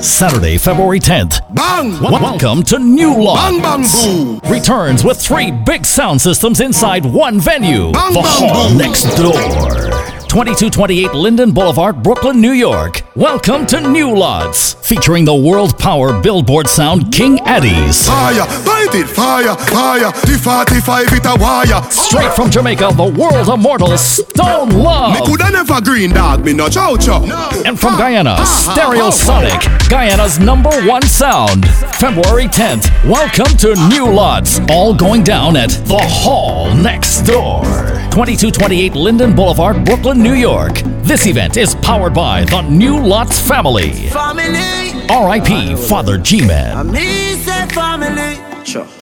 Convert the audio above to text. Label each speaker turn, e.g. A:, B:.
A: Saturday, February 10th.
B: Bang!
A: Welcome to New Lots.
B: Bang, bang, boom!
A: Returns with three big sound systems inside one venue.
B: Bang,
A: the
B: bang,
A: Hall
B: boom.
A: Next Door. 2228 Linden Boulevard, Brooklyn, New York. Welcome to New Lots. Featuring the world power billboard sound King Eddie's.
B: Fire, bite it, fire, fire. The 45 it a wire.
A: Straight from Jamaica, the world immortal Stone
B: Me
A: Love.
B: coulda never green dog, me no chow chow.
A: And from Guyana,
B: Ah, ah,
A: Stereo
B: ah,
A: Sonic, Guyana's number one sound. February 10th, welcome to New Lots, all going down at The Hall Next Door. 2228 Linden Boulevard, Brooklyn, New York. This event is powered by the New Lots family.
C: Family,
A: RIP Father G Man.
C: me say family. Sure.